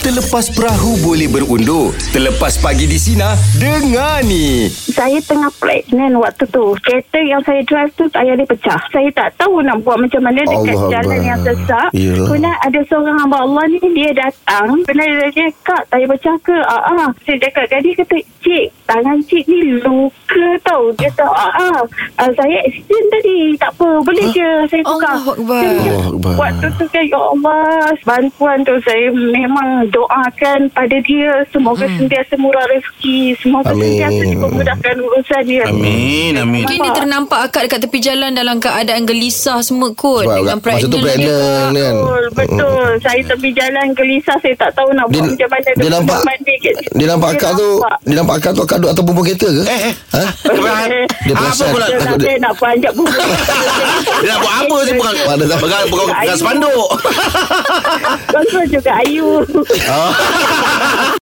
Terlepas perahu boleh berundur. Terlepas pagi di sini, dengar ni. Saya tengah pregnant waktu tu. Kereta yang saya drive tu tayar dia pecah. Saya tak tahu nak buat macam mana dekat Allah jalan Akbar. yang sesak. Yelah. Kemudian ada seorang hamba Allah ni dia datang. Kemudian dia tanya, "Kak, tayar pecah ke?" "Ah ah." Saya cakap kat dia kata, "Cik, tangan cik ni luka tau." Dia kata, "Ah ah. Ah, saya accident tadi. Tak apa, boleh je saya tukar." Allah Akbar. Saya macam, Allah Akbar. Waktu tu kan Ya Allah Bantuan tu saya memang doakan pada dia Semoga hmm. sentiasa murah rezeki Semoga Amin. sentiasa dipermudahkan urusan dia Amin, amin. Mungkin dia ternampak akak dekat tepi jalan dalam keadaan gelisah semua kot Sebab dengan masa tu dia. pregnant kan. Betul, betul. Saya tepi jalan gelisah saya tak tahu nak Dia, buat macam mana. dia nampak mandi kat situ. dia nampak akak tu dia nampak akak tu akak duduk atas bumbung kereta ke? Eh, eh. Ha? Tuhan. Dia Apa perasan. pula? Dia nak, dia nak panjat buku. Dia nak buat apa tu? Bukan, Mana bukan, tahu. bukan, bukan, bukan Ayu. spanduk. Kontrol juga Ayu. Ah.